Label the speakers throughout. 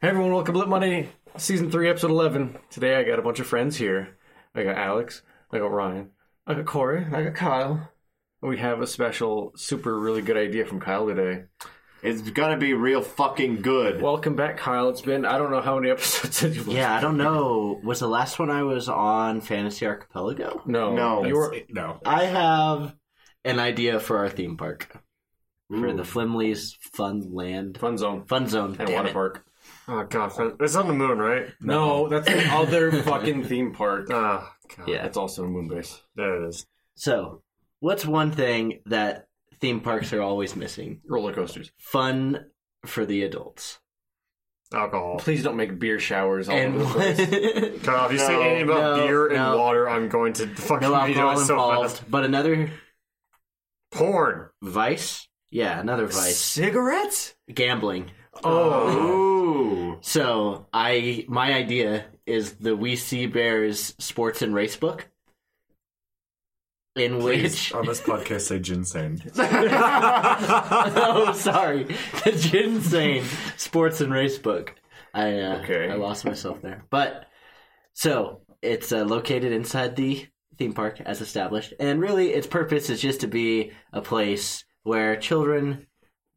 Speaker 1: Blip Monday, season three, episode eleven. Today I got a bunch of friends here. I got Alex. I got Ryan. I got Corey. and I got Kyle. And We have a special, super, really good idea from Kyle today.
Speaker 2: It's gonna be real fucking good.
Speaker 1: Welcome back, Kyle. It's been I don't know how many episodes. That you've
Speaker 3: Yeah, I don't know. Was the last one I was on Fantasy Archipelago?
Speaker 1: No,
Speaker 2: No.
Speaker 1: You were,
Speaker 4: no.
Speaker 3: I have an idea for our theme park for
Speaker 2: Ooh.
Speaker 3: the Flimley's Fun Land
Speaker 1: Fun Zone
Speaker 3: Fun Zone.
Speaker 1: and
Speaker 3: damn
Speaker 1: Water
Speaker 3: it.
Speaker 1: Park.
Speaker 4: Oh god, Fun- it's on the moon, right?
Speaker 1: No, that's the other fucking theme park.
Speaker 4: Oh god,
Speaker 3: Yeah.
Speaker 1: That's also a moon base.
Speaker 4: there it is.
Speaker 3: So, what's one thing that theme parks are always missing?
Speaker 1: Roller coasters.
Speaker 3: Fun for the adults.
Speaker 4: Alcohol.
Speaker 1: Please don't make beer showers all
Speaker 3: and
Speaker 1: over the place.
Speaker 4: God, if you say
Speaker 2: No,
Speaker 4: anything about
Speaker 3: no,
Speaker 4: beer and
Speaker 3: no.
Speaker 4: water, I'm going to fucking
Speaker 3: no
Speaker 4: veto it
Speaker 3: alcohol
Speaker 4: so
Speaker 3: involved,
Speaker 4: fast.
Speaker 3: but another
Speaker 4: Porn.
Speaker 3: vice. Yeah, another vice.
Speaker 1: Cigarettes?
Speaker 3: Gambling.
Speaker 1: Oh.
Speaker 2: Ooh.
Speaker 3: So I my idea is the We See Bears sports and race book. In which
Speaker 4: on this podcast, say ginseng.
Speaker 3: Oh sorry. The Ginsane sports and race book. I uh,
Speaker 1: Okay.
Speaker 3: I lost myself there. But so it's uh, located inside the theme park as established and really its purpose is just to be a place where children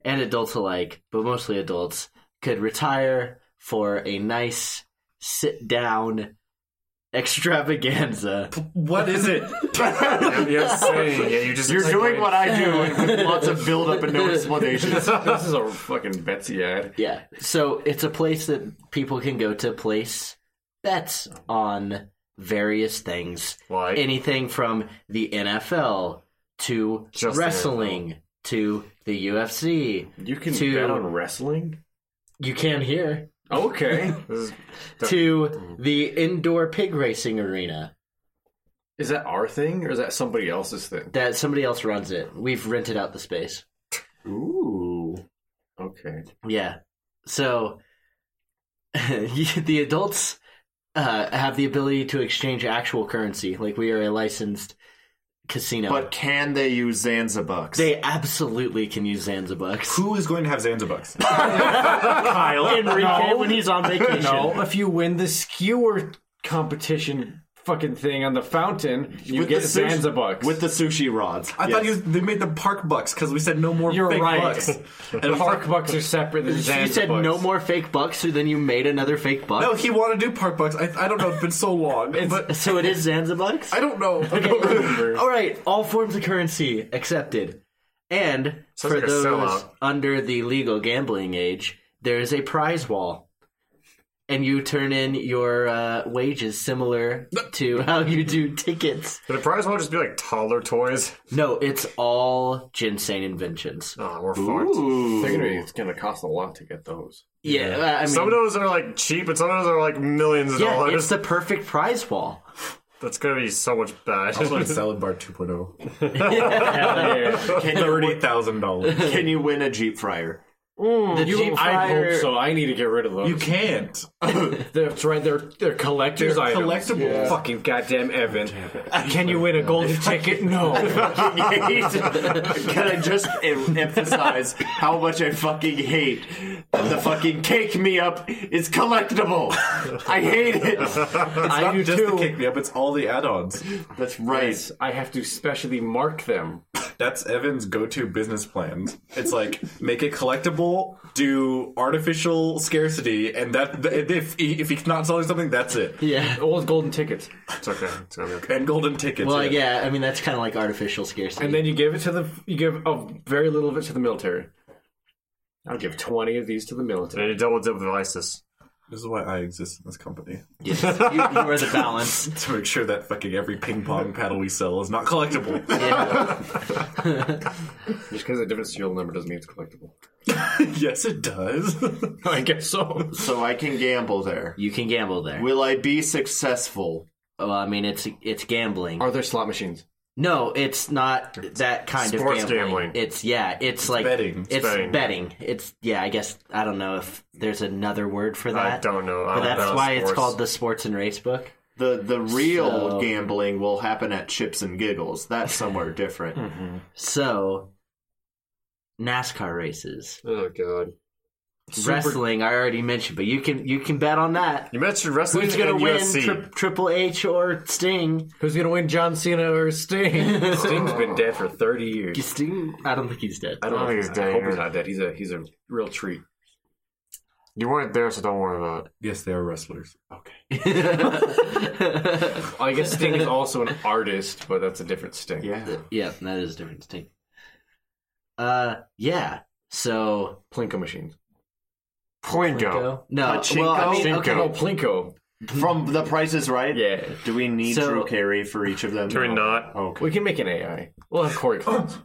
Speaker 3: and adults alike, but mostly adults, could retire for a nice sit down extravaganza.
Speaker 1: What is it?
Speaker 4: yeah, saying. Yeah, you just
Speaker 2: You're doing what I do with lots of build up and no explanations.
Speaker 1: this is a fucking Betsy ad.
Speaker 3: Yeah. So it's a place that people can go to place bets on various things.
Speaker 4: Like?
Speaker 3: Anything from the NFL to
Speaker 4: Just the
Speaker 3: wrestling to the UFC.
Speaker 1: You can
Speaker 3: To-
Speaker 1: bet on wrestling?
Speaker 3: You can hear.
Speaker 1: Okay.
Speaker 4: This is-
Speaker 3: To
Speaker 4: Mm.
Speaker 3: the indoor pig racing arena
Speaker 1: is that our thing or is that somebody else's thing?
Speaker 3: that somebody else runs it. We've rented out the space.
Speaker 2: Ooh.
Speaker 1: Okay.
Speaker 3: Yeah. So the adults uh, have the ability to exchange actual currency. Like we are a licensed casino.
Speaker 2: But can they use Zanzibucks?
Speaker 3: they absolutely can use Zanzibucks.
Speaker 5: Who is going to have Zanzibucks?
Speaker 3: Kyle Enrique
Speaker 1: No.
Speaker 3: when he's on vacation.
Speaker 1: No, if you win the skewer competition fucking thing on the fountain, you
Speaker 2: With
Speaker 1: get
Speaker 2: the sushi-
Speaker 1: Zanzibucks.
Speaker 2: with the sushi rods.
Speaker 5: I thought he was, they made the park bucks because we said no more
Speaker 1: You're
Speaker 5: fake
Speaker 1: right.
Speaker 5: bucks.
Speaker 1: the Hark Bucks are separate than Zanzibucks.
Speaker 3: You said no more fake bucks, so then you made another fake buck.
Speaker 5: No, he wanted to do park bucks. I, I don't know. It's been so long, but
Speaker 3: So it is Zanzibucks?
Speaker 5: I don't know.
Speaker 3: All right, all forms of currency accepted. And
Speaker 4: Sounds
Speaker 3: for
Speaker 4: like a
Speaker 3: those
Speaker 4: sellout.
Speaker 3: under the legal gambling age, there is a prize wall. And you turn in your uh, wages similar to how you do tickets.
Speaker 4: Could the prize won't just be like toddler toys.
Speaker 3: No, it's all ginseng inventions.
Speaker 4: Oh, we're fucked.
Speaker 2: Ooh.
Speaker 1: They're gonna be- it's gonna cost a lot to get those.
Speaker 3: Yeah, I mean,
Speaker 4: Some of those are like cheap, and some of those are like millions of
Speaker 3: yeah,
Speaker 4: dollars.
Speaker 3: it's the perfect prize wall.
Speaker 4: That's gonna be so much bad.
Speaker 5: I want a salad bar
Speaker 4: oh.
Speaker 5: 2.0.
Speaker 2: Can you-
Speaker 5: $30,000.
Speaker 2: Can you win a Jeep Fryer?
Speaker 4: Hmm,
Speaker 3: The Jeep
Speaker 1: I
Speaker 3: Fryer-
Speaker 1: hope so. I need to get rid of those.
Speaker 5: You can't.
Speaker 1: That's right. They're they're collectors.
Speaker 5: They're
Speaker 1: items.
Speaker 5: collectibles.
Speaker 1: Fucking goddamn Evan. Can you win a golden ticket? No.
Speaker 2: Can I just em- emphasize how much I fucking hate that the fucking cake me up is collectible? I hate it.
Speaker 1: I
Speaker 5: Not
Speaker 1: do
Speaker 5: just
Speaker 1: too.
Speaker 5: the kick me up, it's all the add ons.
Speaker 2: That's right.
Speaker 1: I have to specially mark them.
Speaker 5: That's Evan's go to business plan. It's like make it collectible, do artificial scarcity, and that if, if he's not selling something, that's it.
Speaker 3: Yeah.
Speaker 1: All golden tickets,
Speaker 4: It's okay. It's gonna be okay.
Speaker 5: And golden tickets.
Speaker 3: Well, yeah, I mean that's kind of like artificial scarcity.
Speaker 1: and then you give it to the you give a very little of it to the military. I'll give twenty of these to the military.
Speaker 4: Then you double dip with ISIS.
Speaker 5: This is why I exist in this company.
Speaker 3: Yes, you, you are the balance.
Speaker 5: To make sure that fucking every ping pong paddle we sell is not collectible.
Speaker 1: Just because a different serial number doesn't mean it's collectible.
Speaker 5: yes, it does.
Speaker 1: I guess so.
Speaker 2: So I can gamble there.
Speaker 3: You can gamble there.
Speaker 2: Will I be successful?
Speaker 3: Well, I mean it's it's gambling.
Speaker 1: Are there slot machines?
Speaker 3: No, it's not that kind
Speaker 4: Sports
Speaker 3: of gambling.
Speaker 4: gambling.
Speaker 3: It's yeah, it's, like
Speaker 5: betting.
Speaker 3: It's
Speaker 4: betting.
Speaker 3: betting. It's yeah. I guess I don't know if there's another word for that.
Speaker 4: I don't know.
Speaker 3: But
Speaker 4: I don't
Speaker 3: that's
Speaker 4: know
Speaker 3: why it's
Speaker 4: sports.
Speaker 3: called the sports and race book.
Speaker 2: The the real
Speaker 3: So-
Speaker 2: gambling will happen at Chips and Giggles. That's somewhere
Speaker 5: Hmm.
Speaker 2: different.
Speaker 3: So NASCAR races.
Speaker 4: Oh god.
Speaker 3: wrestling. I already mentioned, but you can you can bet on that.
Speaker 4: You mentioned wrestling
Speaker 3: Who's gonna
Speaker 4: and
Speaker 3: win?
Speaker 4: UFC.
Speaker 3: Tri- Triple H or Sting?
Speaker 1: Who's gonna win, John Cena or Sting? Sting's been dead for thirty years.
Speaker 3: Sting? I don't think he's dead.
Speaker 1: I don't
Speaker 2: Oh,
Speaker 1: know. If
Speaker 2: he's
Speaker 1: he's,
Speaker 2: dead.
Speaker 1: I hope he's not dead. He's a he's a real treat.
Speaker 2: You weren't there, so don't worry about it.
Speaker 5: Yes, they are wrestlers.
Speaker 1: I guess Sting is also an artist, but that's a different Sting.
Speaker 2: Yeah.
Speaker 3: yeah, that is a different Sting. Uh, yeah. So
Speaker 1: Plinko machines.
Speaker 2: Plinko.
Speaker 3: no,
Speaker 2: Pachinko?
Speaker 3: well, I mean, okay.
Speaker 2: Pachinko.
Speaker 1: Oh, Plinko.
Speaker 2: From The Price is Right?
Speaker 1: Yeah.
Speaker 2: Do we need
Speaker 3: So-
Speaker 2: Drew Carey for each of them?
Speaker 4: Do we not?
Speaker 2: Okay.
Speaker 1: We can make an AI. We'll have Corey clones.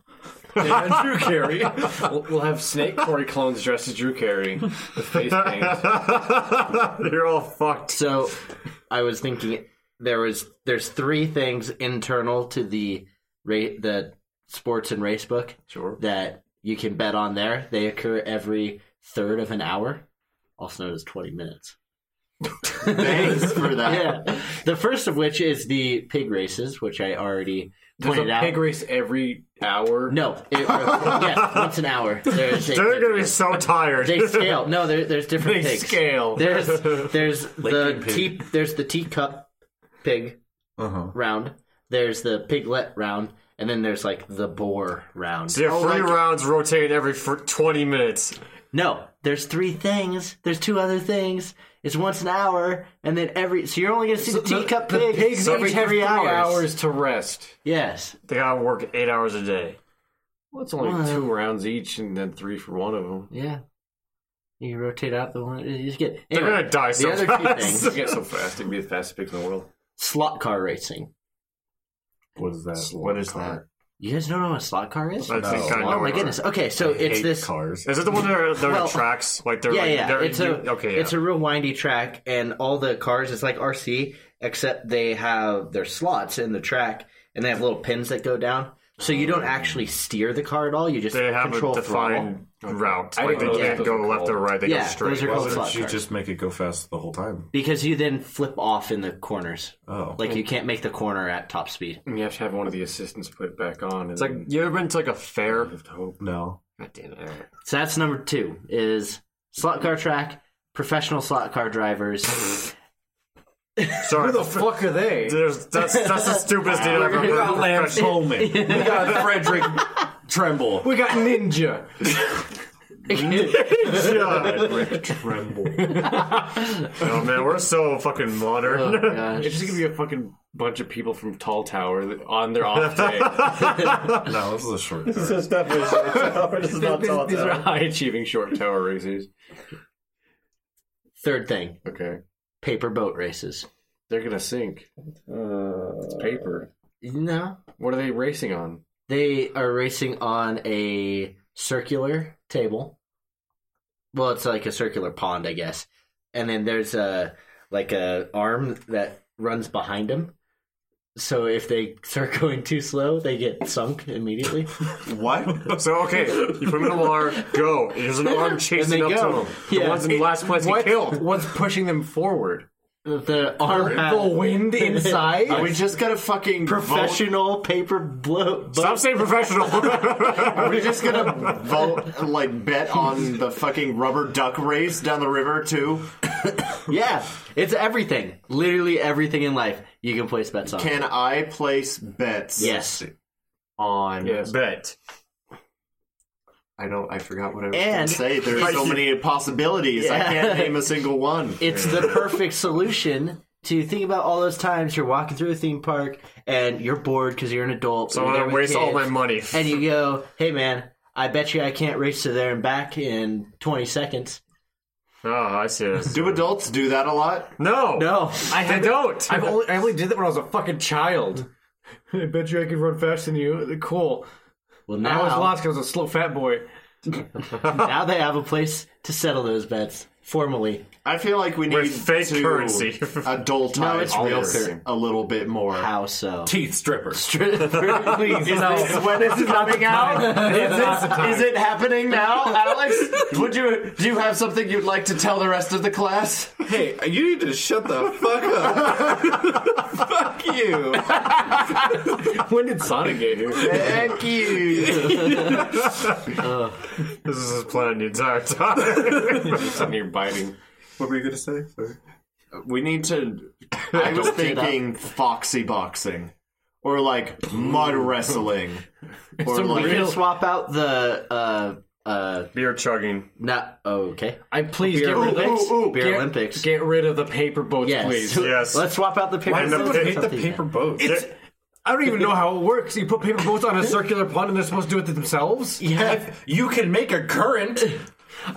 Speaker 5: And Drew Carey.
Speaker 1: we'll, we'll have Snake Corey clones dressed as Drew Carey with face paint.
Speaker 4: You're all fucked.
Speaker 3: So I was thinking there was there's three things internal to the ra- the sports and race book
Speaker 1: Sure.
Speaker 3: that you can bet on there. They occur every third of an hour, also known as 20 minutes.
Speaker 2: Thanks for that.
Speaker 3: Yeah. the first of which is the pig races, which I already
Speaker 1: There's
Speaker 3: pointed
Speaker 1: a
Speaker 3: out.
Speaker 1: pig race every hour.
Speaker 3: no, it, yes, once an hour. There's a
Speaker 4: They're
Speaker 3: pig
Speaker 4: gonna be
Speaker 3: race.
Speaker 4: so tired.
Speaker 3: They scale. No, there, there's different
Speaker 1: They
Speaker 3: pigs.
Speaker 1: scale.
Speaker 3: There's there's the
Speaker 5: Lakeland pig.
Speaker 3: tea there's the teacup pig
Speaker 5: Uh huh.
Speaker 3: round. There's the piglet round, and then there's like the boar round.
Speaker 4: So you have
Speaker 2: Oh,
Speaker 4: three
Speaker 2: like-
Speaker 4: rounds rotating every fr- 20 minutes.
Speaker 3: No, there's three things. There's two other things. It's once an hour, and then every so you're only gonna see the teacup
Speaker 1: the
Speaker 3: pig
Speaker 1: pigs
Speaker 3: every
Speaker 1: each have
Speaker 3: three hours.
Speaker 1: hours to rest.
Speaker 3: Yes,
Speaker 4: They gotta work eight hours a day.
Speaker 1: Well, it's only
Speaker 3: Well-
Speaker 1: two rounds each, and then three for one of them.
Speaker 3: yeah. You rotate out the one you just get.
Speaker 4: They're
Speaker 3: Anyway,
Speaker 4: gonna die so
Speaker 3: the other
Speaker 4: fast.
Speaker 3: two things:
Speaker 1: You get so fast, it'd be the fastest pig in the world.
Speaker 3: slot car racing.
Speaker 5: What is that?
Speaker 2: What is that?
Speaker 3: You guys don't know what a slot car is?
Speaker 4: I think I know
Speaker 3: oh my
Speaker 4: what-
Speaker 3: goodness. Okay, so it's
Speaker 5: Hate
Speaker 3: this.
Speaker 5: cars.
Speaker 4: Is it the one that are, that are
Speaker 3: Well,
Speaker 4: tracks? Like they're
Speaker 3: yeah,
Speaker 4: like,
Speaker 3: yeah.
Speaker 4: They're,
Speaker 3: It's
Speaker 4: you-
Speaker 3: a
Speaker 4: okay.
Speaker 3: It's a real windy track, and all the cars it's like RC, except they have their slots in the track, and they have little pins that go down. So you don't actually steer the car at all. You just
Speaker 4: Oh. they have
Speaker 3: control
Speaker 4: a
Speaker 3: throttle.
Speaker 4: defined route.
Speaker 1: I
Speaker 4: Like they
Speaker 1: didn't know
Speaker 4: can't
Speaker 1: those
Speaker 4: go
Speaker 1: were
Speaker 4: left or
Speaker 1: called.
Speaker 4: right. They
Speaker 3: Yeah,
Speaker 4: go straight.
Speaker 3: those are
Speaker 5: Why
Speaker 3: called slot
Speaker 5: would you
Speaker 3: cars.
Speaker 5: just make it go fast the whole time?
Speaker 3: Because you then flip off in the corners.
Speaker 5: Oh.
Speaker 3: Like you can't make the corner at top speed.
Speaker 1: And you have to have one of the assistants put it back on. And
Speaker 4: It's like you ever been to like a fair?
Speaker 1: have to hope.
Speaker 5: No.
Speaker 1: God damn it!
Speaker 3: So that's number two is slot car track, professional slot car drivers.
Speaker 4: Sorry,
Speaker 1: fuck are they?
Speaker 4: there's, that's that's the stupidest deal I've
Speaker 5: We got
Speaker 4: ever
Speaker 5: Lance
Speaker 4: heard.
Speaker 5: Coleman. We got Frederick Tremble.
Speaker 1: We got Ninja.
Speaker 5: Tremble.
Speaker 4: Oh man, we're so fucking
Speaker 2: Oh,
Speaker 4: modern.
Speaker 3: uh,
Speaker 1: It's just gonna be a fucking bunch of people from Tall Tower that- on their off day.
Speaker 5: No, this is a short. This
Speaker 1: these, these are high achieving short tower racers.
Speaker 3: Third thing,
Speaker 1: Okay,
Speaker 3: paper boat races.
Speaker 1: they're gonna sink. it's paper.
Speaker 3: No,
Speaker 1: What are they racing on?
Speaker 3: They are racing on a circular table. Well, it's like a circular pond, I guess. And then there's a like a arm that runs behind them. So if they start going too slow, they get sunk immediately.
Speaker 5: what?
Speaker 4: So okay, you put him in the water. Go. There's an arm chasing
Speaker 3: they
Speaker 4: up
Speaker 3: go.
Speaker 4: to him.
Speaker 3: Yeah.
Speaker 4: The one's in the last place he killed.
Speaker 1: What's pushing them forward?
Speaker 3: the arm
Speaker 1: The
Speaker 3: had
Speaker 1: wind inside.
Speaker 2: Are we just gonna fucking vote?
Speaker 3: professional paper blow.
Speaker 4: Stop saying professional.
Speaker 2: Are we just gonna vote like bet on the fucking rubber duck race down the river too?
Speaker 3: Yeah, it's everything. Literally everything in life you can place bets on.
Speaker 2: Can I place bets
Speaker 3: yes.
Speaker 2: on?
Speaker 1: Yes.
Speaker 4: Bet.
Speaker 2: I don't. I forgot what I was gonna
Speaker 3: And-
Speaker 2: say. There's so many possibilities. I
Speaker 3: Yeah.
Speaker 2: can't name a single one.
Speaker 3: It's the perfect solution to think about all those times you're walking through a theme park and you're bored because you're an adult.
Speaker 4: So
Speaker 3: you're
Speaker 4: I'm
Speaker 3: there
Speaker 4: gonna
Speaker 3: with
Speaker 4: waste all
Speaker 3: kids,
Speaker 4: my money.
Speaker 3: And you go, hey man, I bet you I can't race to there and back in 20 seconds.
Speaker 4: Oh, I see this.
Speaker 2: Do adults do that a lot?
Speaker 4: No,
Speaker 3: No.
Speaker 4: they don't.
Speaker 1: I've only I only did that when I was a fucking child. I bet you I could run faster than you. Cool.
Speaker 3: Well,
Speaker 1: I was
Speaker 3: now,
Speaker 1: lost because I was a slow fat boy.
Speaker 3: now they have a place to settle those bets. formally
Speaker 2: I feel like we need
Speaker 4: With fake
Speaker 2: to
Speaker 4: currency.
Speaker 2: adultize
Speaker 3: No, it's real
Speaker 2: this
Speaker 3: currency.
Speaker 2: a little bit more.
Speaker 3: how so.
Speaker 5: Teeth strippers.
Speaker 2: Please, is this when is it coming out? Is, this, is it happening now, Alex? Would you do you have something you'd like to tell the rest of the class?
Speaker 5: Hey, you need to shut the fuck up. fuck you.
Speaker 1: When did Sonic get here?
Speaker 2: Thank you.
Speaker 4: This is his plan the entire time.
Speaker 1: Something you're biting.
Speaker 5: What were you gonna say? Sorry.
Speaker 2: We need to. I was thinking foxy boxing, or like mud wrestling, or
Speaker 1: a
Speaker 2: like
Speaker 3: We can swap out the uh uh
Speaker 1: Beer chugging.
Speaker 3: not oh, okay.
Speaker 1: I please
Speaker 3: Beer
Speaker 1: get rid of
Speaker 3: Olympics.
Speaker 2: ooh, ooh,
Speaker 3: Beer
Speaker 1: Get-
Speaker 3: Olympics.
Speaker 1: Get rid of the paper boats,
Speaker 3: yes.
Speaker 1: please.
Speaker 4: Yes.
Speaker 3: Let's swap out the paper.
Speaker 5: Why does
Speaker 4: the
Speaker 5: everyone
Speaker 4: pit-
Speaker 5: hate the paper boats?
Speaker 1: I don't even know how it works. You put paper boats on a circular pond and they're supposed to do it themselves?
Speaker 5: If you can make a current.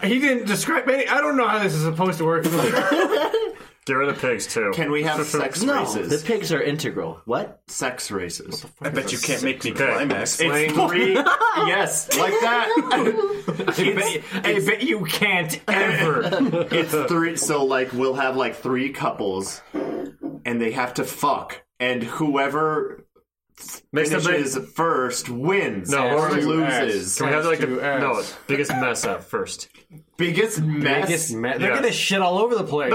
Speaker 1: He didn't describe any. I don't know how this is supposed to work.
Speaker 4: Get rid of the pigs too.
Speaker 2: Can we have sex
Speaker 3: No,
Speaker 2: races?
Speaker 3: the pigs are integral. What?
Speaker 2: sex races.
Speaker 5: I bet you can't make me
Speaker 4: Okay.
Speaker 5: climax.
Speaker 2: It's three. yes, like that.
Speaker 1: I bet, I bet you can't ever.
Speaker 2: It's three. So like we'll have like three couples, and they have to fuck, and whoever
Speaker 4: Makes the
Speaker 2: finishes first wins.
Speaker 4: No,
Speaker 2: or
Speaker 4: or-
Speaker 2: loses.
Speaker 4: Can we have like the
Speaker 1: Two Fs.
Speaker 4: no biggest mess up first?
Speaker 2: Biggest mess.
Speaker 1: Biggest ma- They're
Speaker 4: Yeah.
Speaker 1: gonna shit all over the place.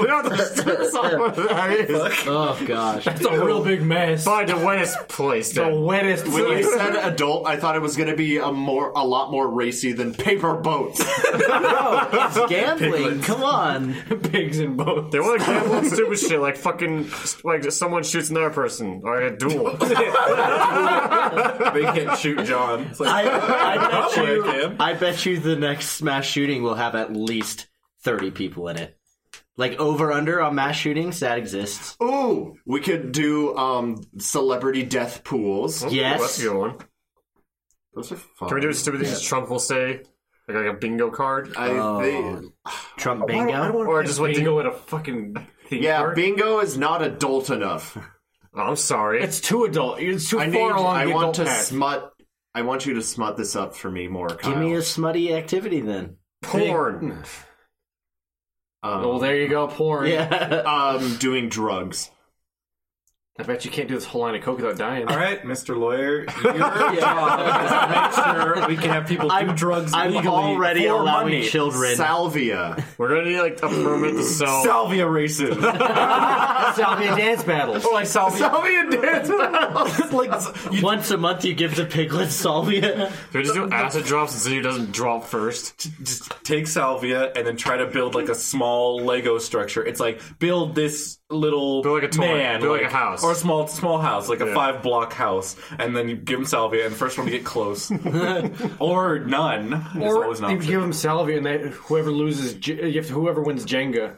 Speaker 4: we don't understand some of that is.
Speaker 3: Oh gosh.
Speaker 1: It's a real big mess.
Speaker 4: Find the wettest place.
Speaker 1: the
Speaker 4: then.
Speaker 1: wettest
Speaker 2: When you
Speaker 1: place.
Speaker 2: said adult, I thought it was going to be a more, a lot more racy than paper boats.
Speaker 3: It's gambling. Come on.
Speaker 1: Pigs and boats.
Speaker 4: They want to gamble on stupid shit, like fucking, like someone shoots another person, or a duel.
Speaker 5: they can't shoot John. It's like,
Speaker 3: I, I bet
Speaker 5: Probably
Speaker 3: you.
Speaker 5: can.
Speaker 3: I bet you the next mass shooting will have at least thirty people in it. Like over under on mass shootings that exists.
Speaker 2: Ooh, we could do um celebrity death
Speaker 1: Oh,
Speaker 2: pools.
Speaker 3: Yes.
Speaker 4: that's a good one.
Speaker 2: Those are fun.
Speaker 4: Can we do stupid things Trump will say, like, like a bingo card,
Speaker 2: I, they,
Speaker 3: Trump bingo.
Speaker 4: or just what?
Speaker 1: bingo at a fucking theme
Speaker 2: yeah,
Speaker 1: park.
Speaker 2: bingo is not adult enough.
Speaker 4: Oh, I'm sorry.
Speaker 1: It's too adult. It's too
Speaker 2: I
Speaker 1: far
Speaker 2: need.
Speaker 1: along
Speaker 2: I
Speaker 1: the
Speaker 2: want
Speaker 1: adult
Speaker 2: to
Speaker 1: path.
Speaker 2: smut. I want you to smut this up for me more, Kyle.
Speaker 3: Give me a smutty activity then.
Speaker 4: porn.
Speaker 1: Well,
Speaker 2: um,
Speaker 1: there you go, porn.
Speaker 3: Yeah.
Speaker 2: um, doing drugs.
Speaker 1: I bet you can't do this whole line of coke without dying.
Speaker 5: all right, Mr. Lawyer, your
Speaker 3: Yeah.
Speaker 5: job is to make sure we can have people do
Speaker 3: I'm-
Speaker 5: drugs
Speaker 3: I'm
Speaker 5: legally
Speaker 3: already
Speaker 5: for
Speaker 3: allowing
Speaker 5: money.
Speaker 3: children.
Speaker 2: Salvia.
Speaker 4: We're gonna need like a permit to sell.
Speaker 5: Salvia racism.
Speaker 1: Salvia dance battles.
Speaker 5: like salvia. Salvia dance battles. like you
Speaker 3: Once a month, you give the piglets salvia.
Speaker 4: Can we just do acid drops and see who doesn't drop first?
Speaker 5: just take salvia and then try to build like a small Lego structure. It's like build this little
Speaker 4: Build like a toy.
Speaker 5: man,
Speaker 4: Build like a house.
Speaker 5: or a small small house, like a
Speaker 4: Yeah.
Speaker 5: five block house, and then you give them salvia and the first one to get close or none. is
Speaker 1: Or
Speaker 5: always an
Speaker 1: you
Speaker 5: option.
Speaker 1: give them salvia, and they, whoever loses, J- you have to- whoever wins Jenga.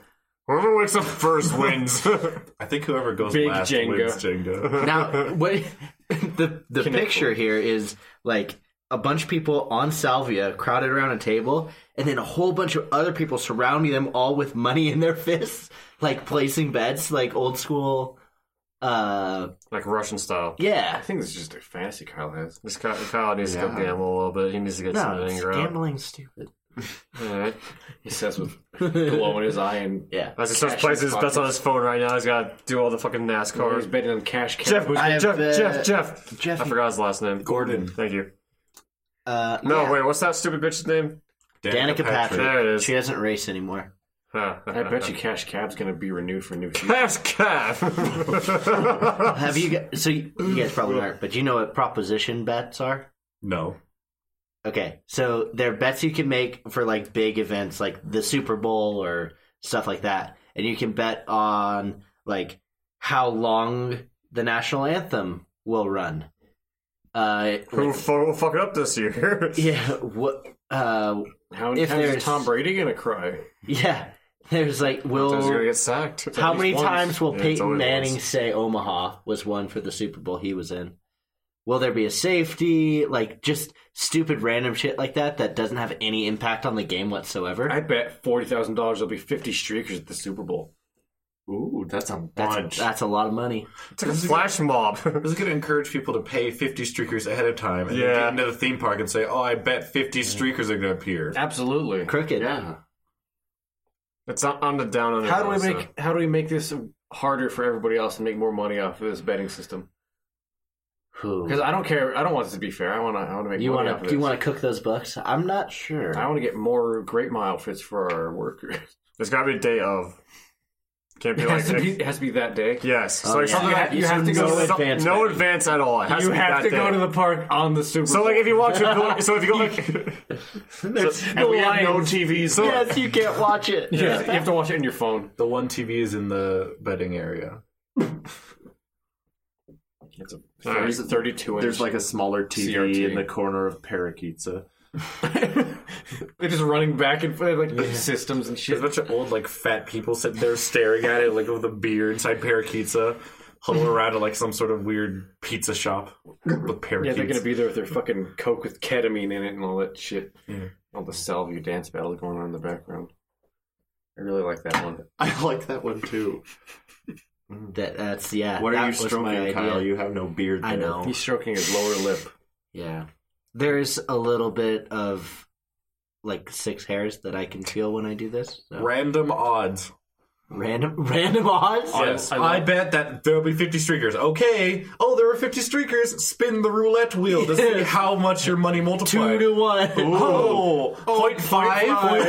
Speaker 4: Whoever wakes up first wins.
Speaker 5: I think whoever goes
Speaker 1: Big
Speaker 5: last
Speaker 1: Jenga.
Speaker 5: wins Jenga.
Speaker 3: Now, what the the picture here is like a bunch of people on salvia crowded around a table, and then a whole bunch of other people surrounding them, all with money in their fists, like placing bets, like old school. Uh,
Speaker 4: like Russian style.
Speaker 3: yeah.
Speaker 1: I think this is just a fantasy Kyle has.
Speaker 4: This Kyle, Kyle needs to go
Speaker 2: Yeah.
Speaker 4: gamble a little bit. He needs to get
Speaker 3: No,
Speaker 4: some
Speaker 3: it's
Speaker 4: anger out.
Speaker 3: gambling's stupid.
Speaker 4: Alright.
Speaker 1: He says with glow in his eye and
Speaker 3: Yeah.
Speaker 4: As he
Speaker 1: Cash
Speaker 4: starts placing
Speaker 1: in
Speaker 4: his bets on
Speaker 1: pockets.
Speaker 4: his phone right now, he's got to do all the fucking NASCAR.
Speaker 1: he's betting on cash.
Speaker 4: Jeff,
Speaker 1: Jeff,
Speaker 3: I have,
Speaker 4: Jeff,
Speaker 3: uh,
Speaker 4: Jeff, Jeff,
Speaker 3: Jeff-
Speaker 4: I forgot his last name.
Speaker 5: Gordon.
Speaker 4: Thank you.
Speaker 3: Uh,
Speaker 4: No,
Speaker 3: yeah.
Speaker 4: wait, what's that stupid bitch's name?
Speaker 3: Danica Patrick.
Speaker 4: There it is.
Speaker 3: She doesn't race anymore.
Speaker 4: Huh.
Speaker 1: I bet you Cash Cab's gonna be renewed for a new season.
Speaker 4: Cash Cab.
Speaker 3: Have you guys? So you, you guys probably aren't, but do you know what proposition bets are?
Speaker 5: No.
Speaker 3: Okay, so they're bets you can make for like big events, like the Super Bowl or stuff like that, and you can bet on like how long the national anthem will run. Uh,
Speaker 4: Who
Speaker 3: like-
Speaker 4: fu- will fuck it up this year?
Speaker 3: yeah, what? Uh,
Speaker 1: How many
Speaker 3: If
Speaker 1: times
Speaker 3: there's-
Speaker 1: is Tom Brady gonna cry?
Speaker 3: yeah, there's like
Speaker 4: He's gonna
Speaker 3: will.
Speaker 4: get sacked.
Speaker 3: How
Speaker 1: least
Speaker 3: many
Speaker 1: once.
Speaker 3: times will
Speaker 4: Yeah, it's
Speaker 3: Peyton
Speaker 4: always
Speaker 3: Manning
Speaker 4: once.
Speaker 3: say Omaha was one for the Super Bowl he was in? Will there be a safety? Like just stupid random shit like that that doesn't have any impact on the game whatsoever.
Speaker 1: I bet forty thousand dollars there'll be fifty streakers at the Super Bowl.
Speaker 2: Ooh, that's a uh, bunch.
Speaker 3: That's, that's a lot of money.
Speaker 4: It's like a flash mob.
Speaker 5: This is going to encourage people to pay 50 streakers ahead of time and then
Speaker 4: Yeah.
Speaker 5: get into the theme park and say, oh, I bet 50 streakers are going to appear.
Speaker 1: Absolutely.
Speaker 3: Crooked.
Speaker 2: yeah.
Speaker 4: It's not on the down under.
Speaker 1: How do we
Speaker 4: also.
Speaker 1: make how do we make this harder for everybody else and make more money off of this betting system?
Speaker 3: Who
Speaker 1: Because I don't care. I don't want this to be fair. I want to. I want to make
Speaker 3: you
Speaker 1: money
Speaker 3: want
Speaker 1: off
Speaker 3: to?
Speaker 1: of
Speaker 3: Do you
Speaker 1: this.
Speaker 3: want to cook those bucks? I'm not sure.
Speaker 1: I want to get more great mile outfits for our workers.
Speaker 4: There's gotta be a day of. Can't be
Speaker 1: It
Speaker 4: like
Speaker 1: has, to be, it has to be that day.
Speaker 4: yes.
Speaker 3: Oh,
Speaker 4: so like
Speaker 3: yeah.
Speaker 4: something
Speaker 1: You
Speaker 4: that
Speaker 1: have- you have to
Speaker 4: no
Speaker 1: go to
Speaker 3: advance,
Speaker 4: no
Speaker 3: maybe.
Speaker 4: advance at all. It has
Speaker 1: You
Speaker 4: to be
Speaker 1: have
Speaker 4: that
Speaker 1: to
Speaker 4: day.
Speaker 1: go to the park on the Super.
Speaker 4: So
Speaker 1: Bowl.
Speaker 4: like if you watch it, so if you go like,
Speaker 3: There's
Speaker 2: And we have
Speaker 1: Lions.
Speaker 2: no TVs. there.
Speaker 3: you can't watch it.
Speaker 1: You have to- you have to watch it on your phone.
Speaker 5: The one TV is in the betting area.
Speaker 1: It's a 30, 32 inch.
Speaker 2: There's like a smaller TV
Speaker 1: CRT.
Speaker 2: in the corner of Parakeetsa.
Speaker 1: they're just running back and forth like systems and
Speaker 5: There's
Speaker 1: shit.
Speaker 5: a bunch of old, like, fat people sitting there staring at it, like, with a beer inside Parakeetsa, huddled around at, like, some sort of weird pizza shop with
Speaker 1: Yeah,
Speaker 5: parakeets.
Speaker 1: they're gonna be there with their fucking coke with ketamine in it and all that shit. All the salvia dance battle going on in the background. I really like that one.
Speaker 2: I like that one too.
Speaker 3: That, that's yeah.
Speaker 2: What
Speaker 3: that
Speaker 2: are you
Speaker 3: was my
Speaker 2: stroking,
Speaker 3: idea.
Speaker 2: Kyle? You have no beard.
Speaker 3: I
Speaker 2: there.
Speaker 3: know.
Speaker 1: He's stroking his lower lip.
Speaker 3: Yeah. There's a little bit of like six hairs that I can feel when I do this. So.
Speaker 5: Random odds.
Speaker 3: Random random odds.
Speaker 5: Yes. I, bet that there'll be 50 streakers. Okay. Oh, there are 50 streakers. Spin the roulette wheel to see how much your money
Speaker 3: Two
Speaker 5: multiplied.
Speaker 3: to one.
Speaker 5: Oh, point five.
Speaker 3: Point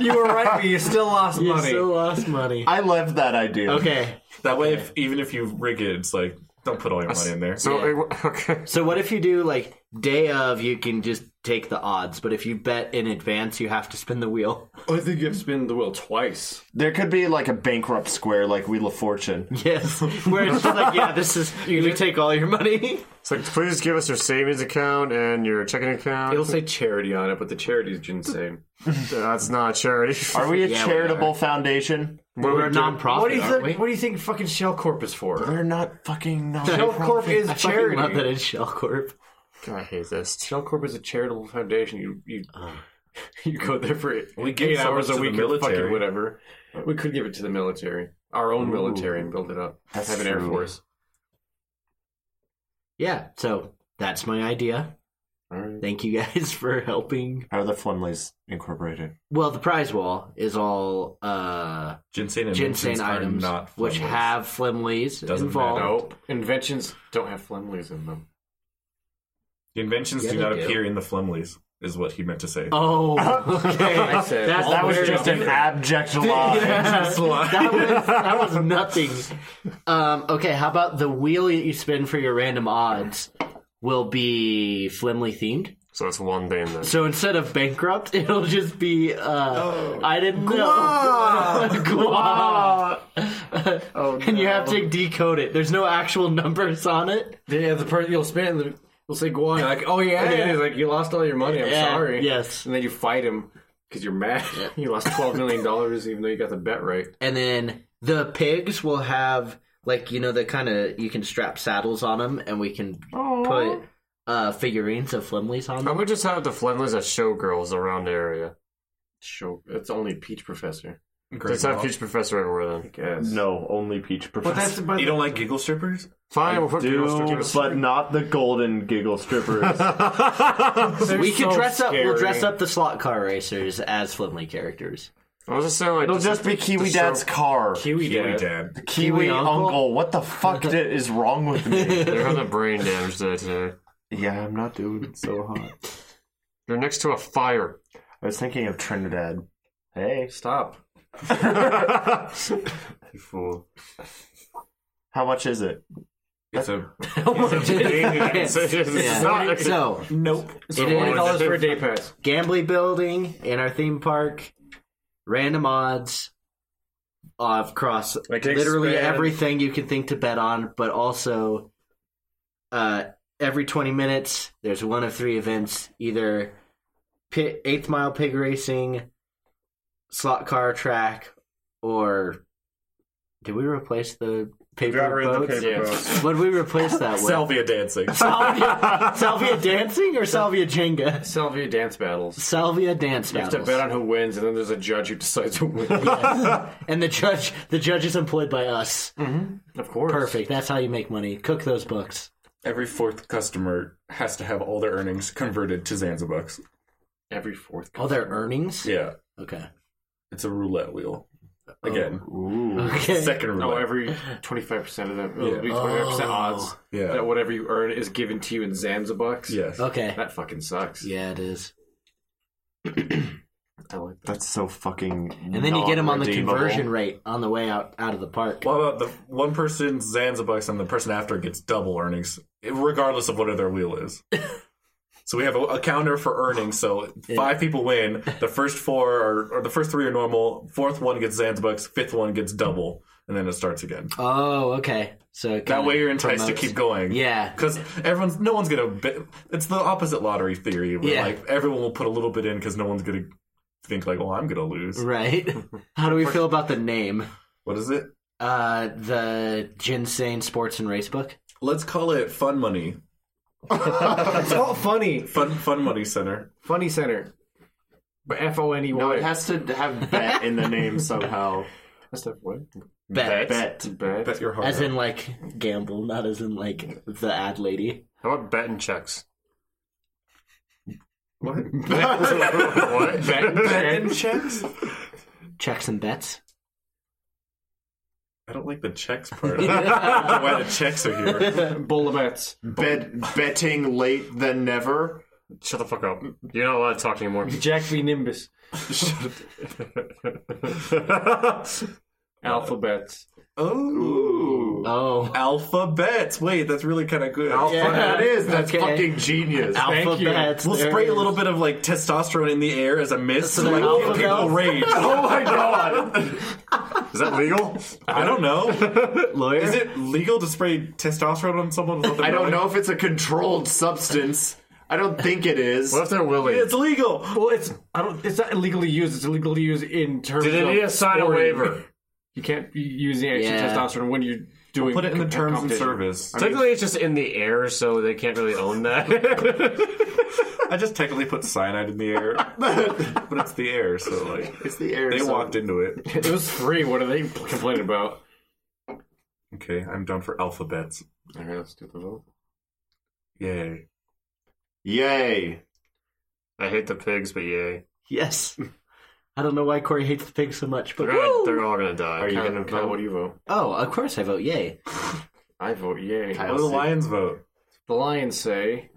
Speaker 1: You were right, but you still lost
Speaker 3: you
Speaker 1: money.
Speaker 3: still lost money.
Speaker 2: I love that idea.
Speaker 3: Okay.
Speaker 5: That way, if, even if you rig it, it's like, don't put all your money in there.
Speaker 4: so
Speaker 3: Yeah.
Speaker 4: like, okay.
Speaker 3: So what if you do like day of? You can just take the odds, but if you bet in advance, you have to spin the wheel.
Speaker 1: I think you've spin the wheel twice.
Speaker 2: There could be like a bankrupt square, like Wheel of Fortune.
Speaker 3: Yes. Where it's just like, yeah, this is you can take all your money.
Speaker 4: It's like, please give us your savings account and your checking account.
Speaker 1: It'll say charity on it, but the charity's ginseng.
Speaker 4: That's not charity.
Speaker 2: Are we a
Speaker 3: Yeah, we
Speaker 2: charitable foundation?
Speaker 3: We're, a nonprofit.
Speaker 1: What do you
Speaker 3: aren't
Speaker 1: think? What do you think? Fucking Shell Corp is for?
Speaker 2: We're not fucking not.
Speaker 1: Shell Corp is
Speaker 3: I fucking
Speaker 1: charity.
Speaker 3: love that it's Shell Corp.
Speaker 4: I hate this.
Speaker 1: Shell Corp is a charitable foundation. You you you go there for
Speaker 5: We give
Speaker 1: eight
Speaker 5: some
Speaker 1: hours a
Speaker 5: to the
Speaker 1: week, or fucking
Speaker 5: military.
Speaker 1: whatever. We could give it to the military, our own military, and build it up.
Speaker 2: That's
Speaker 1: Have an air
Speaker 2: true.
Speaker 1: force.
Speaker 3: Yeah. So that's my idea.
Speaker 2: Alright.
Speaker 3: Thank you guys for helping.
Speaker 2: How are the Flumleys incorporated?
Speaker 3: Well, the prize wall is all uh
Speaker 5: Ginseng and
Speaker 3: ginseng
Speaker 5: Minton's are
Speaker 3: items,
Speaker 5: not
Speaker 3: which
Speaker 5: flammable.
Speaker 3: have flimleys
Speaker 5: Doesn't
Speaker 3: involved.
Speaker 5: matter.
Speaker 1: Nope. Inventions don't have flimleys in them.
Speaker 5: The inventions
Speaker 3: Yeah,
Speaker 5: do
Speaker 3: they
Speaker 5: not
Speaker 3: do.
Speaker 5: appear in the Flumleys, is what he meant to say.
Speaker 3: Oh, okay.
Speaker 1: I said,
Speaker 3: That's
Speaker 2: That was
Speaker 3: very
Speaker 2: just an
Speaker 3: different.
Speaker 2: abject lie.
Speaker 3: that was that was nothing. Um, okay, how about the wheel that you spin for your random odds will be flimly themed?
Speaker 4: So that's one thing then.
Speaker 3: So instead of bankrupt, it'll just be uh, I didn't know. Gua. And you have to decode it. There's no actual numbers on it.
Speaker 1: Yeah, the person you'll spin, the, will say go on. You're like, oh yeah, and he's like, you lost all your money. I'm
Speaker 3: Yeah,
Speaker 1: sorry.
Speaker 3: yes.
Speaker 1: And then you fight him because you're mad. you lost twelve million dollars, even though you got the bet right.
Speaker 3: And then the pigs will have like you know the kind of you can strap saddles on them, and we can put uh, figurines of flimleys on
Speaker 4: Why
Speaker 3: them.
Speaker 4: don't we just have the Flemleys as showgirls around the area?
Speaker 1: Show. It's only Peach Professor.
Speaker 5: Great
Speaker 4: Let's have
Speaker 5: mouth.
Speaker 4: Peach Professor everywhere then.
Speaker 1: Yes.
Speaker 2: no, only Peach
Speaker 1: But that's
Speaker 2: Professor.
Speaker 1: but
Speaker 5: You don't like giggle strippers?
Speaker 4: Fine, we'll put Google
Speaker 2: Do,
Speaker 4: Studios-
Speaker 2: but not the golden giggle strippers.
Speaker 1: They're
Speaker 3: We can
Speaker 1: so
Speaker 3: dress up. We'll
Speaker 1: scary.
Speaker 3: dress up the slot car racers as Flimley characters.
Speaker 4: I was just saying, like,
Speaker 2: It'll just be Kiwi Dad's car.
Speaker 1: Kiwi,
Speaker 5: Kiwi
Speaker 1: Dad.
Speaker 5: dad.
Speaker 2: Kiwi,
Speaker 3: uncle?
Speaker 2: uncle. What the fuck did, is wrong with me?
Speaker 4: They're having brain damage day today.
Speaker 2: yeah, I'm not doing so hot.
Speaker 4: They're next to a fire.
Speaker 2: I was thinking of Trinidad. Hey,
Speaker 1: Stop.
Speaker 4: You fool.
Speaker 2: how much is it?
Speaker 5: It's a
Speaker 4: It's
Speaker 3: Yeah.
Speaker 4: not-
Speaker 3: So
Speaker 5: nope.
Speaker 3: it
Speaker 1: Forty
Speaker 3: is
Speaker 1: dollars for a day pass.
Speaker 3: Gambly Building in our theme park, random odds uh, of cross
Speaker 1: Like
Speaker 3: literally
Speaker 1: expand-
Speaker 3: everything you can think to bet on, but also uh, every 20 minutes there's one of three events either pi eighth mile pig racing, slot car track, or did we replace the paper boats? What did we replace that with?
Speaker 5: Salvia dancing.
Speaker 3: salvia, salvia dancing or salvia Jenga?
Speaker 1: Salvia dance battles.
Speaker 3: Salvia dance
Speaker 1: You have to
Speaker 3: battles.
Speaker 1: bet on who wins, and then there's a judge who decides who wins.
Speaker 3: and the judge, the judge is employed by us.
Speaker 1: Of course.
Speaker 3: Perfect. That's how you make money. Cook those books.
Speaker 5: Every fourth customer has to have all their earnings converted to Zanzibucks.
Speaker 1: Every fourth.
Speaker 3: All their Oh, earnings.
Speaker 5: Yeah.
Speaker 3: Okay.
Speaker 5: It's a roulette wheel. Again,
Speaker 3: Okay.
Speaker 5: second roulette.
Speaker 1: Oh, every 25% of that, it'll be
Speaker 5: Yeah.
Speaker 1: 25% odds
Speaker 5: Yeah.
Speaker 1: that whatever you earn is given to you in Zanzibucks.
Speaker 5: yes.
Speaker 3: Okay.
Speaker 1: That fucking sucks.
Speaker 3: Yeah, it is.
Speaker 1: I like that.
Speaker 2: That's so fucking.
Speaker 3: And then you get them on the conversion rate on the way out out of the park.
Speaker 5: What about the one person Zanzibucks and the person after gets double earnings, regardless of what their wheel is? so we have a, a counter for earnings. So five people win. The first four are, or the first three are normal. Fourth one gets Zanzibucks. Fifth one gets double, and then it starts again.
Speaker 3: Oh, okay. So it
Speaker 5: That
Speaker 3: kinda
Speaker 5: way you're enticed
Speaker 3: promotes-
Speaker 5: to keep going.
Speaker 3: Yeah.
Speaker 5: Because everyone's, no one's gonna. bet it's the opposite lottery theory. Where
Speaker 3: Yeah.
Speaker 5: Like everyone will put a little bit in because no one's gonna think like, well, I'm gonna lose.
Speaker 3: Right. How do we feel about the name?
Speaker 5: What is it?
Speaker 3: Uh, the Ginsane Sports and Race Book.
Speaker 5: Let's call it Fun Money.
Speaker 1: It's all funny.
Speaker 5: Fun Fun Money Center.
Speaker 1: Funny Center. But F O N E Y.
Speaker 2: No, Oh, it has to have bet in the name somehow.
Speaker 1: That's that what?
Speaker 3: Bet.
Speaker 2: Bet.
Speaker 1: Bad.
Speaker 5: Bet your heart.
Speaker 3: As
Speaker 5: out.
Speaker 3: in like gamble, not as in like the ad lady.
Speaker 4: How about betting checks?
Speaker 1: What? Bet,
Speaker 5: and
Speaker 1: bet.
Speaker 5: checks?
Speaker 3: Checks and bets.
Speaker 5: I don't like the checks part. I don't know why the checks are here.
Speaker 1: Bowl of bets.
Speaker 2: Bet betting late than never.
Speaker 4: Shut the fuck up. You're not allowed to talk anymore.
Speaker 1: Jack V. Nimbus. Alphabets.
Speaker 5: Oh.
Speaker 3: Oh,
Speaker 5: Alphabets. Wait, that's really kind of good.
Speaker 3: Yeah.
Speaker 2: That is. That's
Speaker 3: Okay.
Speaker 2: fucking genius.
Speaker 3: alpha
Speaker 1: you.
Speaker 3: bets.
Speaker 5: We'll
Speaker 3: there
Speaker 5: spray
Speaker 3: it
Speaker 5: a
Speaker 3: is.
Speaker 5: little bit of like testosterone in the air as a mist
Speaker 3: So
Speaker 5: to like
Speaker 3: they're
Speaker 5: get people
Speaker 3: alphabets?
Speaker 5: rage. oh my god.
Speaker 4: Is that legal?
Speaker 5: I don't know.
Speaker 3: Lawyer?
Speaker 5: Is it legal to spray testosterone on someone without their
Speaker 2: I don't
Speaker 5: knowing?
Speaker 2: know if it's a controlled substance. I don't think it is.
Speaker 4: What if they're willing?
Speaker 5: It's legal.
Speaker 1: Well, it's I don't. It's not illegal to use. It's illegal to use in terms.
Speaker 4: Did
Speaker 1: of
Speaker 4: they need to sign a
Speaker 1: sporting.
Speaker 4: waiver?
Speaker 1: You can't be using extra
Speaker 3: Yeah.
Speaker 1: testosterone when you're doing.
Speaker 5: Put it in the
Speaker 1: com-
Speaker 5: terms of
Speaker 1: competition.
Speaker 5: service.
Speaker 4: Technically, it's just in the air, so they can't really own that.
Speaker 5: I just technically put cyanide in the air, but it's the air, so like
Speaker 2: It's the air.
Speaker 5: they
Speaker 2: so-
Speaker 5: walked into it.
Speaker 1: It was free. What are they complaining about?
Speaker 5: Okay, I'm down for alphabets.
Speaker 1: All right, let's do the vote.
Speaker 5: Yay.
Speaker 2: Yay.
Speaker 4: I hate the pigs, but yay.
Speaker 3: Yes. I don't know why Corey hates the pig so much, but
Speaker 4: They're, gonna,
Speaker 3: woo!
Speaker 4: they're all gonna die.
Speaker 1: Are you
Speaker 4: Count-
Speaker 1: gonna
Speaker 4: count-
Speaker 1: vote? What do you vote?
Speaker 3: oh, of course I vote yay.
Speaker 1: I vote yay.
Speaker 5: What do the Lions vote?
Speaker 1: The Lions say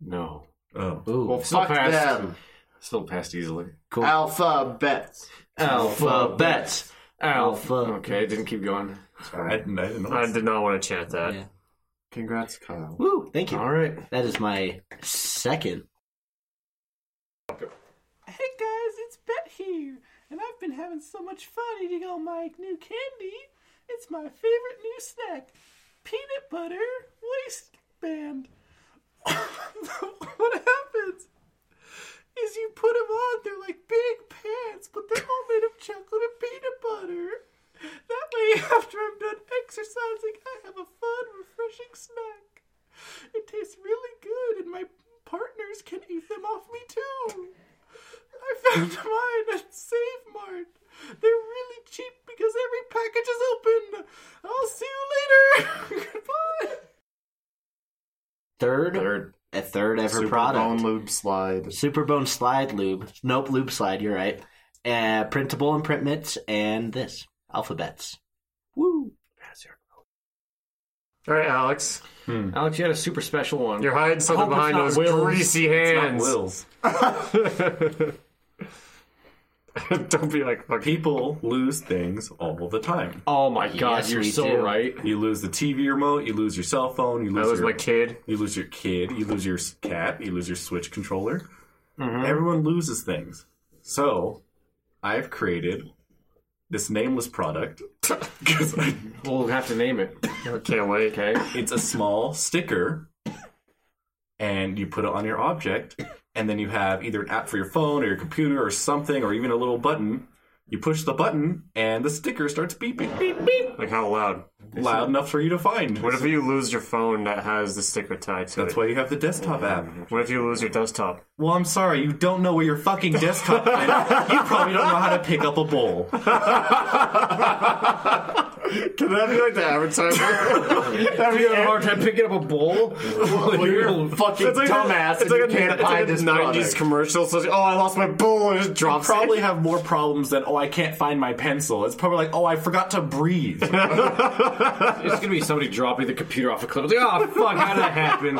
Speaker 1: no.
Speaker 5: Oh.
Speaker 3: Ooh,
Speaker 1: Well, still
Speaker 2: Fuck
Speaker 1: passed.
Speaker 2: them.
Speaker 1: Still passed easily.
Speaker 3: cool.
Speaker 2: Alpha bets.
Speaker 3: alpha bets.
Speaker 6: Oh,
Speaker 1: Alpha.
Speaker 3: Alpha.
Speaker 1: Okay, it didn't keep going.
Speaker 5: I didn't, I
Speaker 2: Uh,
Speaker 5: didn't know.
Speaker 4: I did not want to chant that.
Speaker 3: Yeah.
Speaker 2: Congrats, Kyle.
Speaker 3: Woo! Thank you.
Speaker 1: All right.
Speaker 3: That is my second.
Speaker 6: Hey guys, it's Bet here, and I've been having so much fun eating all my new candy. It's my favorite new snack, peanut butter waistband. what happens is you put them on, they're like big pants, but they're all made of chocolate and peanut butter. That way, after I'm done exercising, I have a fun, refreshing snack. It tastes really good, and my partners can eat them off me too. I found mine at Save Mart. They're really cheap because every package is open. I'll see you later. Goodbye.
Speaker 3: Third,
Speaker 1: Third.
Speaker 3: a third ever
Speaker 2: Super
Speaker 3: product.
Speaker 2: Bone Lube Slide.
Speaker 3: Superbone slide lube. Nope, lube slide. You're right. Uh, printable and print mitts, and this alphabets. Woo!
Speaker 4: All right, Alex,
Speaker 1: Alex, you had a super special one.
Speaker 4: you're hiding something
Speaker 1: Hope it's
Speaker 4: behind
Speaker 1: not
Speaker 4: those
Speaker 1: Will's.
Speaker 4: greasy
Speaker 5: Not
Speaker 4: hands.
Speaker 5: wills.
Speaker 4: Don't be like fucking.
Speaker 5: People lose things all the time.
Speaker 1: oh my god,
Speaker 3: Yes,
Speaker 1: you're
Speaker 3: we
Speaker 1: so
Speaker 3: do.
Speaker 1: right.
Speaker 5: You lose the TV remote, you lose your cell phone, you
Speaker 4: I
Speaker 5: lose,
Speaker 4: was
Speaker 5: your,
Speaker 4: my kid.
Speaker 5: you lose your kid, you lose your s- cat, you lose your Switch controller.
Speaker 4: Mm-hmm.
Speaker 5: Everyone loses things. So, I've created this nameless product. 'Cause I-
Speaker 1: We'll have to name it.
Speaker 4: Can't wait.
Speaker 1: Okay.
Speaker 5: it's a small sticker and you put it on your object and then you have either an app for your phone or your computer or something or even a little button you push the button and the sticker starts beeping beep beep
Speaker 4: Like how loud?
Speaker 5: loud enough for you to find
Speaker 4: What if you lose your phone that has the sticker tied to
Speaker 5: that's
Speaker 4: it?
Speaker 5: why you have the desktop app
Speaker 4: What if you lose your desktop?
Speaker 5: well i'm sorry you don't know where your fucking desktop is you probably don't know how to pick up a bowl
Speaker 4: Can that be like the advertisement? That'd be
Speaker 1: Having a hard time picking up a bowl.
Speaker 2: Well, you're a fucking
Speaker 4: It's like a-
Speaker 2: dumbass
Speaker 4: It's
Speaker 2: and
Speaker 4: like
Speaker 2: you
Speaker 4: a,
Speaker 2: can't
Speaker 4: it's
Speaker 2: buy
Speaker 4: like a
Speaker 2: this
Speaker 4: 90s
Speaker 2: product.
Speaker 4: commercial. So it's like, oh, I lost my bowl and it just drops. it.
Speaker 5: Probably have more problems than oh I can't find my pencil. It's probably like oh I forgot to breathe.
Speaker 1: It's gonna be somebody dropping the computer off a cliff. It's like, oh fuck, how did that happen?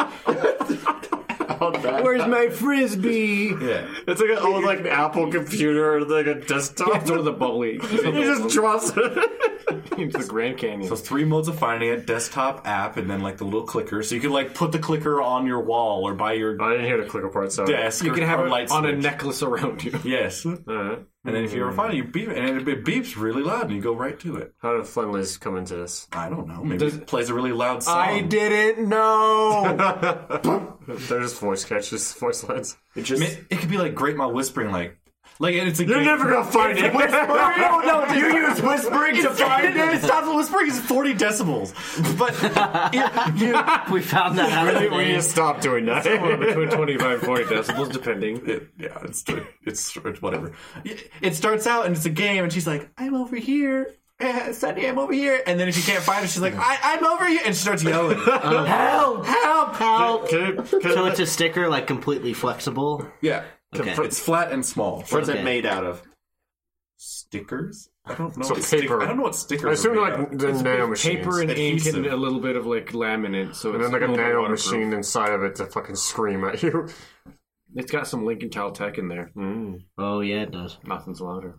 Speaker 1: Where's my frisbee?
Speaker 5: yeah.
Speaker 4: It's like an old like Apple computer or like a desktop.
Speaker 1: Throw the bubbly
Speaker 4: It just drops it.
Speaker 1: into the Grand Canyon.
Speaker 5: Those three modes of finding it: desktop, app, and then like the little clicker. So you can like put the clicker on your wall or by your
Speaker 4: I didn't hear the clicker part, so
Speaker 5: desk.
Speaker 1: You
Speaker 5: or-
Speaker 1: can have
Speaker 5: or
Speaker 1: it
Speaker 5: light
Speaker 1: on a
Speaker 5: switch.
Speaker 1: necklace around you.
Speaker 5: Yes, and
Speaker 4: Uh,
Speaker 5: then if you ever find it, you beep it, and it, it beeps really loud, and you go right to it.
Speaker 4: how did Flemley's come into this?
Speaker 5: I don't know. Maybe it plays a really loud song.
Speaker 1: I didn't know.
Speaker 4: They're just voice catches, voice lines.
Speaker 2: It
Speaker 5: I
Speaker 2: just,
Speaker 5: mean, it could be like great mouth whispering, like like and it's a
Speaker 4: You're
Speaker 5: game.
Speaker 4: never gonna find it.
Speaker 5: no, no, you use whispering to find it. Stop the whispering is forty decibels, but it, you-
Speaker 3: We found that out.
Speaker 4: we,
Speaker 3: today.
Speaker 4: we just stop doing that.
Speaker 1: Between 25 and 40 decibels, depending.
Speaker 5: it- yeah, it's it's it's whatever. It starts out and it's a game, and she's like, "I'm over here." Eh, Sunny, I'm over here, and then if you can't find her, she's like, I, "I'm over here," and she starts yelling,
Speaker 2: Uh,
Speaker 3: Help!
Speaker 5: "Help, help!"
Speaker 4: Can it, can
Speaker 3: So
Speaker 4: it-
Speaker 3: it's a sticker, like completely flexible.
Speaker 5: Yeah,
Speaker 3: Okay.
Speaker 5: it's flat and small.
Speaker 2: what's
Speaker 3: Okay.
Speaker 2: it made out of?
Speaker 5: stickers? I don't know.
Speaker 4: So
Speaker 5: what stick-
Speaker 4: paper.
Speaker 5: I don't know what stickers.
Speaker 4: I assume
Speaker 5: are
Speaker 4: they're
Speaker 5: made
Speaker 4: like
Speaker 5: of.
Speaker 4: the nano machines.
Speaker 1: Paper and ink and
Speaker 5: Adhesive.
Speaker 1: a little bit of like laminate, so
Speaker 4: and
Speaker 1: it's
Speaker 4: then like a
Speaker 1: little bit
Speaker 4: nano
Speaker 1: waterproof.
Speaker 4: machine inside of it to fucking scream at you.
Speaker 1: It's got some Lincoln Caltech in there.
Speaker 4: Hmm.
Speaker 3: Oh yeah, it does.
Speaker 1: Nothing's louder.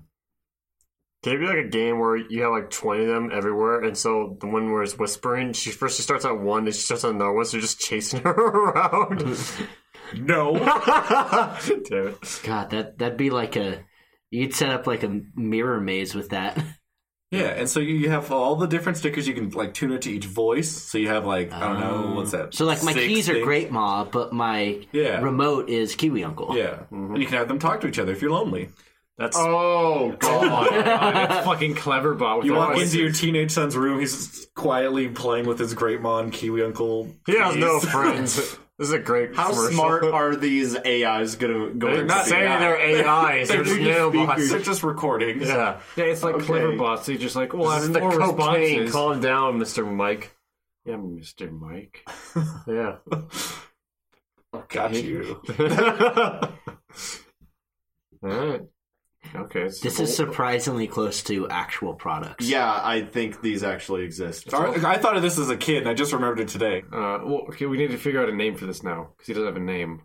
Speaker 4: Can it be like a game where you have like twenty of them everywhere, and so the one where it's whispering, she first she starts at one, then she starts on another one, so you're just chasing her around.
Speaker 5: no.
Speaker 4: Damn it!
Speaker 3: God, that that'd be like a. You'd set up like a mirror maze with that.
Speaker 5: yeah, and so you you have all the different stickers. You can like tune it to each voice. So you have like I don't know what's that.
Speaker 3: So like my
Speaker 5: six
Speaker 3: keys are
Speaker 5: things?
Speaker 3: Great Ma, but my
Speaker 5: Yeah.
Speaker 3: remote is Kiwi Uncle.
Speaker 5: Yeah, and you can have them talk to each other if you're lonely.
Speaker 1: That's
Speaker 4: Oh god!
Speaker 1: that's fucking clever, bot. With
Speaker 5: You
Speaker 1: their
Speaker 5: walk
Speaker 1: voices.
Speaker 5: into your teenage son's room. He's quietly playing with his great mom, Kiwi uncle.
Speaker 4: he has no
Speaker 5: keys.
Speaker 4: friends. This is a great.
Speaker 2: How
Speaker 4: commercial.
Speaker 2: smart are these AIs gonna
Speaker 4: They're
Speaker 2: going
Speaker 4: not
Speaker 2: to
Speaker 4: saying
Speaker 2: be?
Speaker 4: they're AIs. they're
Speaker 5: They're
Speaker 4: just
Speaker 5: just They're
Speaker 4: nanobots.
Speaker 5: just recording.
Speaker 4: Yeah.
Speaker 1: Yeah, it's like
Speaker 2: Okay.
Speaker 1: clever bots. They just like, well, I
Speaker 4: This is
Speaker 1: have
Speaker 4: the
Speaker 1: four
Speaker 4: cocaine.
Speaker 1: responses.
Speaker 4: Calm down, Mister Mike.
Speaker 1: yeah, Mr. Mike.
Speaker 4: Yeah.
Speaker 5: got you.
Speaker 4: All right.
Speaker 1: Okay, it's
Speaker 3: This is surprisingly close to actual products.
Speaker 2: Yeah, I think these actually exist.
Speaker 5: I thought of this as a kid, and I just remembered it today.
Speaker 1: Uh, well, okay, we need to figure out a name for this now because he doesn't have a name.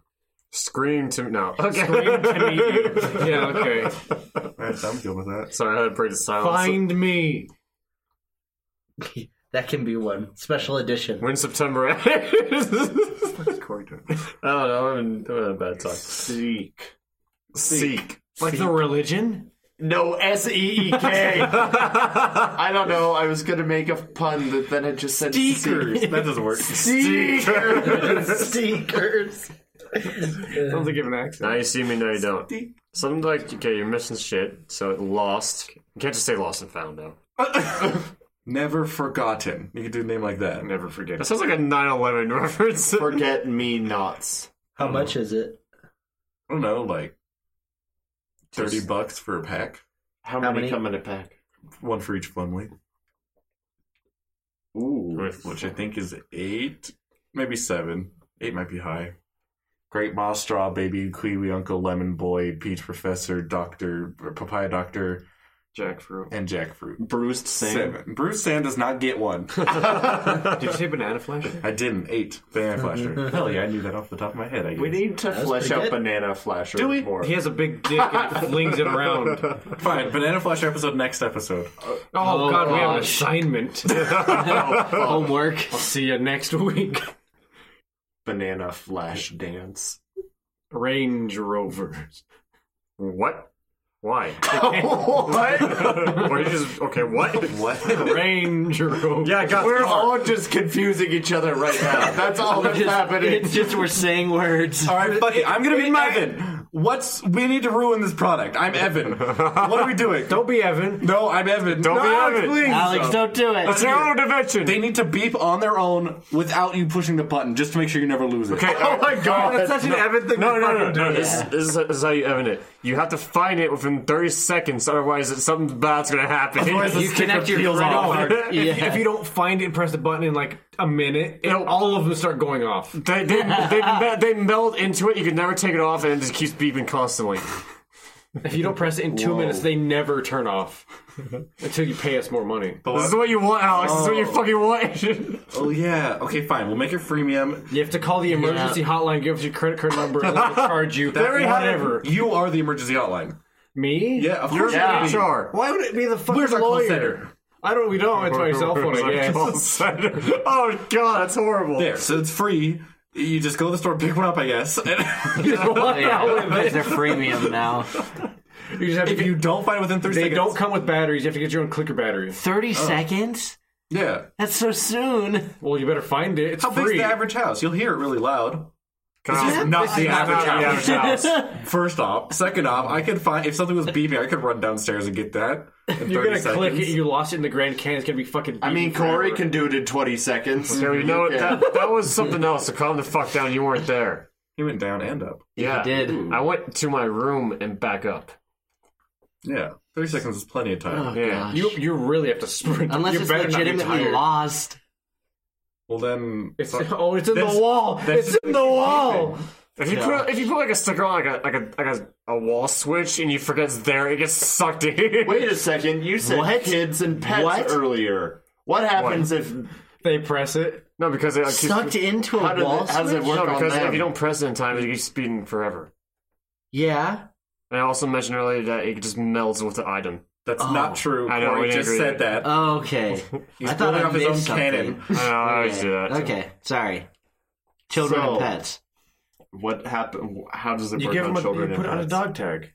Speaker 4: Scream to no. Okay.
Speaker 1: Scream to meet you. Yeah, okay.
Speaker 5: I'm good with that.
Speaker 4: Sorry, I had to break the silence.
Speaker 1: Find me.
Speaker 3: That can be one special edition.
Speaker 4: When September ends. I
Speaker 1: What's Corey doing?
Speaker 4: don't know. I'm in, I'm in a bad time.
Speaker 2: Seek.
Speaker 4: Seek.
Speaker 1: Like the religion?
Speaker 2: No, S E E K. I don't know. I was gonna make a pun, but then it just said
Speaker 5: Stickers. that doesn't work.
Speaker 2: Seekers.
Speaker 3: Stickers.
Speaker 1: Sounds like you have an accent.
Speaker 4: Now you see me, now you don't. Something like okay, you're missing shit. So lost. You can't just say lost and found though.
Speaker 5: Never forgotten. You could do a name like that.
Speaker 1: Never forget.
Speaker 4: That
Speaker 1: it.
Speaker 4: sounds like a 9/11 reference.
Speaker 2: Forget me nots.
Speaker 3: How much is it?
Speaker 5: I don't know, like thirty bucks for a pack,
Speaker 2: How,
Speaker 3: How
Speaker 2: many,
Speaker 3: many?
Speaker 2: come in a pack?
Speaker 5: one for each family,
Speaker 2: Ooh.
Speaker 5: which I think is eight, maybe seven. Eight might be high. Great Ma, Straw Baby, Kiwi Uncle, Lemon Boy, Peach Professor, Doctor, Papaya Doctor,
Speaker 1: Jackfruit.
Speaker 5: and Jackfruit.
Speaker 2: Bruised Singh.
Speaker 5: Seven. Bruce Sam does not get one.
Speaker 1: Did you say banana flesh?
Speaker 5: I didn't. Eight. Banana Flasher. Hell yeah, I knew that off the top of my head. I
Speaker 2: We
Speaker 5: guess.
Speaker 2: need to
Speaker 3: That's
Speaker 2: flesh
Speaker 3: pretty
Speaker 2: out
Speaker 3: good.
Speaker 2: Banana Flasher
Speaker 5: we?
Speaker 2: more.
Speaker 1: He has a big dick and he flings it around. Oh,
Speaker 5: Fine. Banana Flash episode next episode.
Speaker 1: God, we have an
Speaker 3: Oh, gosh.
Speaker 1: assignment.
Speaker 3: Homework.
Speaker 1: See you next week.
Speaker 2: Banana Flash Dance.
Speaker 1: Range Rovers.
Speaker 4: what? Why?
Speaker 2: what?
Speaker 4: or you just okay? What?
Speaker 5: What?
Speaker 1: Range Rovers.
Speaker 4: Yeah, I got.
Speaker 2: We're all just confusing each other right now. That's all that's happening.
Speaker 3: It's just we're saying words.
Speaker 5: All right, fuck it. I'm gonna be Evan. What's we need to ruin this product? I'm Evan. What are we doing?
Speaker 1: Don't be Evan.
Speaker 5: No, I'm Evan.
Speaker 4: Don't
Speaker 5: No,
Speaker 4: be
Speaker 5: Alex,
Speaker 4: Evan.
Speaker 5: please.
Speaker 3: Alex, don't do
Speaker 4: It's
Speaker 3: it.
Speaker 4: your own invention.
Speaker 5: They need to beep on their own without you pushing the button, just to make sure you never lose it.
Speaker 4: Okay, oh my god,
Speaker 5: That's such an Evan thing
Speaker 4: No,
Speaker 5: to
Speaker 4: no, no,
Speaker 5: fucking
Speaker 4: no. no this, is, this, is, this is how you Evan it. You You have to find it within 30 seconds, otherwise something bad's gonna happen.
Speaker 1: You
Speaker 4: You-
Speaker 1: connect your
Speaker 4: peels
Speaker 1: credit
Speaker 4: off.
Speaker 1: card. If,
Speaker 3: Yeah.
Speaker 1: if you don't find it and press the button in like a minute, it, all of them start going off.
Speaker 4: they, they, they, me- they meld into it, you can never take it off, and it just keeps beeping constantly.
Speaker 1: If you don't press it in two minutes, they never turn off until you pay us more money.
Speaker 4: This is what you want, Alex. This is what
Speaker 1: Oh.
Speaker 4: you fucking want.
Speaker 5: Oh yeah. Okay, fine. We'll make it freemium.
Speaker 1: You have to call the emergency hotline, give us your credit card number, and they'll charge you.
Speaker 4: already had it.
Speaker 1: whatever.
Speaker 5: You are the emergency hotline.
Speaker 1: Me?
Speaker 5: Yeah, of
Speaker 4: You're
Speaker 5: course.
Speaker 4: yeah.
Speaker 5: you are.
Speaker 4: HR.
Speaker 1: Why would it be the fucking
Speaker 5: Where's our call
Speaker 1: lawyer?
Speaker 5: center?
Speaker 1: I don't. We don't. It's my cell phone. I
Speaker 4: Where's our
Speaker 1: guess.
Speaker 4: call center? Oh god, that's horrible.
Speaker 5: There. So it's free. You just go to the store, pick one up, I guess.
Speaker 3: because they're freemium now.
Speaker 1: You just have
Speaker 5: if
Speaker 1: to.
Speaker 5: you don't find it within 30
Speaker 1: they
Speaker 5: seconds,
Speaker 1: don't come with batteries. You have to get your own clicker battery.
Speaker 3: Thirty seconds?
Speaker 5: Yeah.
Speaker 3: That's so soon.
Speaker 1: Well, you better find it. It's
Speaker 5: How big's
Speaker 1: free.
Speaker 5: the average house? You'll hear it really loud.
Speaker 4: God,
Speaker 5: This is not the
Speaker 4: not
Speaker 5: average
Speaker 4: the
Speaker 5: house.
Speaker 4: average house.
Speaker 5: First off, second off, I could find if something was beeping, I could run downstairs and get that. In
Speaker 1: You're
Speaker 5: 30
Speaker 1: gonna
Speaker 5: seconds.
Speaker 1: click it. You lost it in the Grand Canyon. It's gonna be fucking.
Speaker 2: I mean, Corey can do it in 20 seconds.
Speaker 4: So you know what?
Speaker 2: can.
Speaker 4: That, that was something else. So calm the fuck down. You weren't there.
Speaker 5: He went down and up.
Speaker 4: Yeah,
Speaker 3: did. Ooh.
Speaker 4: I went to my room and back up.
Speaker 5: Yeah, thirty seconds is plenty of time.
Speaker 4: Yeah.
Speaker 1: You you really have to sprint.
Speaker 3: Oh, Unless
Speaker 1: you
Speaker 3: it's
Speaker 1: better not be
Speaker 3: legitimately
Speaker 1: tired.
Speaker 3: lost.
Speaker 5: Well then,
Speaker 1: It's,
Speaker 5: so-
Speaker 1: oh, it's in
Speaker 5: That's-
Speaker 1: the wall.
Speaker 5: that's
Speaker 1: It's in the wall.
Speaker 4: If you put if you put like a sticker on like a like a like a, a wall switch and you forget it's there, it gets sucked in.
Speaker 2: Wait a second. You said
Speaker 3: What?
Speaker 2: kids and pets
Speaker 3: What?
Speaker 2: earlier. What happens if
Speaker 1: They press it.
Speaker 4: no, because it like, keeps-
Speaker 3: Sucked into
Speaker 2: how,
Speaker 3: a
Speaker 2: do
Speaker 3: wall.
Speaker 2: they, how does
Speaker 3: switch?
Speaker 2: it work
Speaker 4: no,
Speaker 2: on
Speaker 4: because
Speaker 2: them?
Speaker 4: if you don't press it in time, it keeps speeding forever.
Speaker 3: Yeah.
Speaker 4: And I also mentioned earlier that it just melds with the item.
Speaker 5: that's not true.
Speaker 4: I know,
Speaker 5: Corey
Speaker 4: we
Speaker 5: just
Speaker 4: agree.
Speaker 5: said that.
Speaker 3: Oh, Okay.
Speaker 5: He's
Speaker 3: Uh, I thought
Speaker 5: building
Speaker 3: I
Speaker 5: up his own
Speaker 3: missed something.
Speaker 5: cannon.
Speaker 4: I, know, I always do that.
Speaker 3: Okay. Sorry. Children
Speaker 2: So-
Speaker 3: and pets.
Speaker 2: what happen? How does it
Speaker 1: You
Speaker 2: work
Speaker 1: give
Speaker 2: on
Speaker 1: them. A,
Speaker 2: children
Speaker 1: you
Speaker 2: and
Speaker 1: put it on a
Speaker 2: pets?
Speaker 1: dog tag.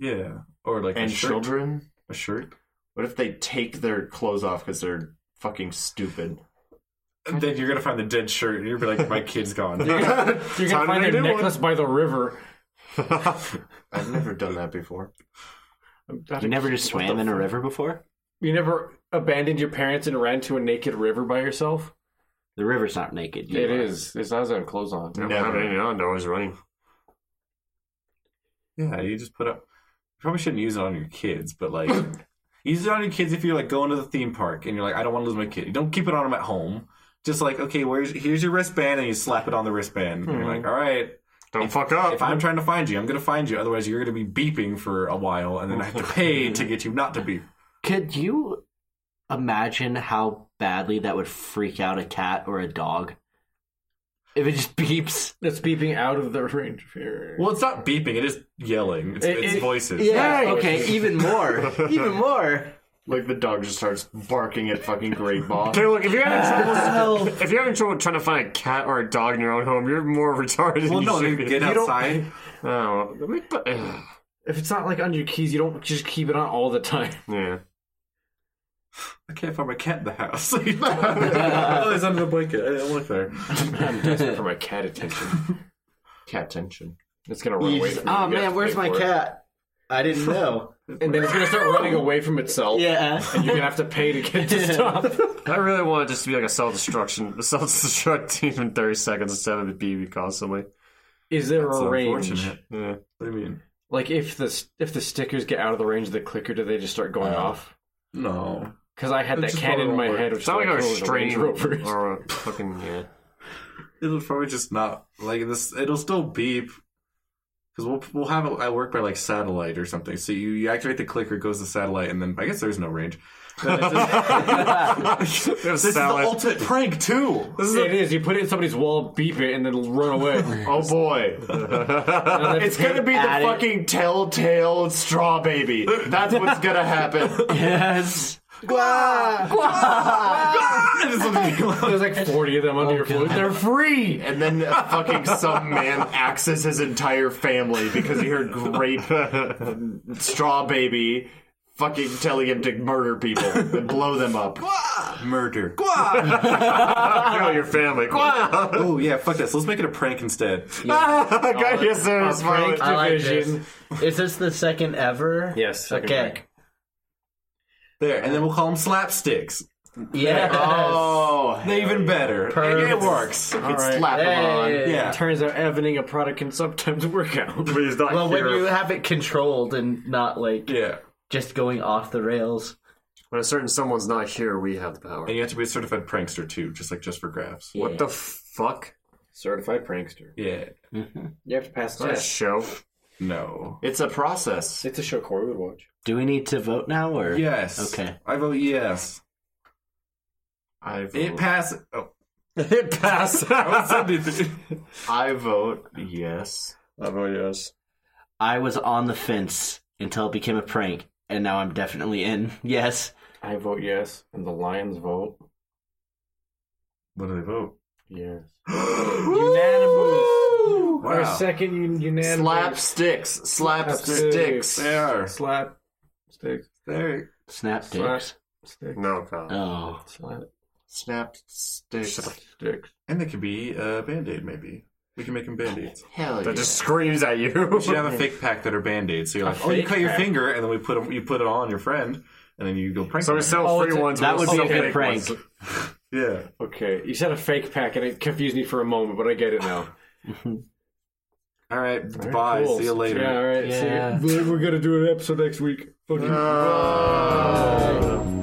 Speaker 5: Yeah, or like
Speaker 2: and
Speaker 5: a shirt.
Speaker 2: children?
Speaker 5: A shirt.
Speaker 2: What if they take their clothes off because they're fucking stupid?
Speaker 5: And then you're gonna find the dead shirt, and you're gonna be like, "My kid's gone."
Speaker 1: You're
Speaker 4: Time
Speaker 1: gonna
Speaker 4: to
Speaker 1: find
Speaker 4: make
Speaker 1: their
Speaker 4: a new one.
Speaker 1: necklace by the river.
Speaker 2: I've never done that before.
Speaker 3: You never just swam in a river before?
Speaker 1: You never abandoned your parents and ran to a naked river by yourself.
Speaker 3: The river's not naked. You
Speaker 1: It
Speaker 3: are.
Speaker 1: is. It's not as I have clothes on.
Speaker 4: I don't have
Speaker 2: Never.
Speaker 4: any on. They're always running.
Speaker 5: yeah, you just put up. You probably shouldn't use it on your kids, but like, use it on your kids if you're like going to the theme park and you're like, "I don't want to lose my kid." You don't keep it on them at home. Just like, okay, where's here's your wristband, and you slap it on the wristband. And you're like, "All right,
Speaker 4: Don't fuck up.
Speaker 5: If I'm trying to find you, I'm going to find you. Otherwise, you're going to be beeping for a while, and then I have to pay to get you not to beep.
Speaker 3: Could you imagine how badly that would freak out a cat or a dog? If it just beeps.
Speaker 1: It's beeping out of the range of here.
Speaker 5: Well, it's not beeping; it is yelling. It's,
Speaker 1: It-
Speaker 5: it's
Speaker 1: it-
Speaker 5: voices.
Speaker 1: Yeah.
Speaker 3: Okay, even more. even more.
Speaker 2: Like the dog just starts barking at fucking Great Boss.
Speaker 4: Okay, look, if you're having trouble, if you're having trouble trying to find a cat or a dog in your own home, you're more retarded.
Speaker 5: Well,
Speaker 4: than
Speaker 5: no,
Speaker 4: you
Speaker 5: you
Speaker 4: should
Speaker 5: get
Speaker 4: be.
Speaker 1: don't-
Speaker 5: outside.
Speaker 4: Oh, let me put- ugh.
Speaker 1: If it's not like under your keys, you don't just keep it on all the time.
Speaker 4: yeah.
Speaker 5: I can't find my cat in the house. oh, it's under the blanket. I didn't look there.
Speaker 1: I'm desperate for my cat attention.
Speaker 2: Cat tension.
Speaker 1: It's gonna run away from you.
Speaker 3: Oh
Speaker 1: You have
Speaker 3: man,
Speaker 1: to
Speaker 3: where's
Speaker 1: pay
Speaker 3: my
Speaker 1: for it.
Speaker 3: cat? I didn't know.
Speaker 1: And then it's gonna start running away from itself.
Speaker 3: yeah.
Speaker 1: And you're gonna have to pay to get it to stop.
Speaker 4: I really want it just to be like a self destruction, self destructing in 30 seconds instead of it beeping constantly.
Speaker 1: Is there
Speaker 5: It's
Speaker 1: a range?
Speaker 5: unfortunate.
Speaker 4: Yeah.
Speaker 5: What do you mean?
Speaker 1: Like if the s- if the stickers get out of the range of the clicker, do they just start going off?
Speaker 5: No.
Speaker 1: Because I had
Speaker 5: It's
Speaker 1: that
Speaker 5: just
Speaker 1: cannon in my
Speaker 5: horrible.
Speaker 1: head, which
Speaker 4: It's not
Speaker 1: is
Speaker 4: like a
Speaker 1: I killed the Range
Speaker 4: restraining
Speaker 1: Rovers.
Speaker 4: or a fucking, yeah.
Speaker 5: It'll probably just not like this. It'll still beep because we'll we'll have it. I work by like satellite or something. So you, you activate the clicker, it goes to satellite, and then I guess there's no range. Then it just-
Speaker 4: It was
Speaker 5: this is the
Speaker 4: salad.
Speaker 5: ultimate prank too.
Speaker 4: This is
Speaker 1: It is. You put it in somebody's wall, beep it, and then run away.
Speaker 2: Oh boy. it's gonna be the
Speaker 3: At it.
Speaker 2: fucking telltale straw baby. That's what's gonna happen.
Speaker 3: Yes.
Speaker 1: There's like 40 of them under your floor. They're free.
Speaker 2: And then fucking some man axes his entire family because he heard grape straw baby fucking telling him to murder people and blow them up.
Speaker 5: Murder.
Speaker 4: oh, your family. Wow.
Speaker 5: Oh yeah, fuck this. Let's make it a prank instead.
Speaker 2: Oh,
Speaker 4: God, yes, there
Speaker 1: Our
Speaker 4: is my
Speaker 1: prank
Speaker 3: I like
Speaker 1: division.
Speaker 3: Is this the second ever?
Speaker 1: Yes, second
Speaker 3: okay.
Speaker 1: break.
Speaker 5: There, and then we'll call them slapsticks.
Speaker 3: Yeah.
Speaker 2: Oh,
Speaker 5: Even better. It, it works.
Speaker 2: could slap him on.
Speaker 5: Yeah.
Speaker 1: Turns out evening a product can sometimes work out.
Speaker 4: But he's not
Speaker 3: well, when
Speaker 4: here.
Speaker 3: you have it controlled and not like
Speaker 5: Yeah.
Speaker 3: just going off the rails.
Speaker 4: When a certain someone's not here, we have the power.
Speaker 5: And you have to be a certified prankster too, just like just for graphs.
Speaker 4: What the fuck?
Speaker 1: Certified prankster.
Speaker 5: Yeah.
Speaker 1: You have to pass the
Speaker 4: Is that a
Speaker 1: test.
Speaker 4: show?
Speaker 5: No.
Speaker 2: It's a process.
Speaker 1: It's a show Corey would watch.
Speaker 3: Do we need to vote now or?
Speaker 5: Yes.
Speaker 3: Okay.
Speaker 5: I vote yes.
Speaker 2: I
Speaker 5: It
Speaker 2: vote,
Speaker 5: passes. Oh.
Speaker 4: it passed. I
Speaker 2: I vote yes.
Speaker 4: vote yes.
Speaker 3: I was on the fence until it became a prank, and now I'm definitely in. Yes.
Speaker 1: I vote yes, and the Lions vote
Speaker 5: What do they vote?
Speaker 1: yes.
Speaker 5: Unanimous.
Speaker 1: Our
Speaker 5: Wow.
Speaker 1: second un- unanimous
Speaker 2: Slap sticks. Slap
Speaker 1: Slapsticks.
Speaker 2: sticks.
Speaker 5: They are.
Speaker 1: slap stick
Speaker 5: There.
Speaker 3: Snap
Speaker 1: Slap.
Speaker 3: dicks.
Speaker 1: stick
Speaker 4: No, God.
Speaker 3: Oh.
Speaker 1: slap
Speaker 2: Snap sticks.
Speaker 1: stick.
Speaker 5: And they could be a band aid, maybe. We can make them band aids.
Speaker 2: Hell yeah.
Speaker 4: That just screams at you.
Speaker 5: We should have a fake pack that are band aids. So you're like, oh, you
Speaker 1: fake
Speaker 5: cut your
Speaker 1: pack.
Speaker 5: finger, and then we put 'em- you put it on your friend, and then you go prank.
Speaker 4: so we
Speaker 5: them.
Speaker 4: sell
Speaker 1: Oh,
Speaker 4: free
Speaker 1: it's a-
Speaker 4: ones.
Speaker 3: That
Speaker 4: we'll
Speaker 3: would be
Speaker 4: sell
Speaker 3: a good
Speaker 4: fake
Speaker 3: prank.
Speaker 4: ones.
Speaker 5: yeah.
Speaker 1: Okay, you said a fake pack, and it confused me for a moment, but I get it now.
Speaker 5: All right.
Speaker 1: All right,
Speaker 5: bye.
Speaker 1: cool.
Speaker 5: See you later.
Speaker 1: Yeah, all right. see ya.
Speaker 3: Yeah.
Speaker 1: We're gonna do an episode next week. Fucking.
Speaker 4: Uh,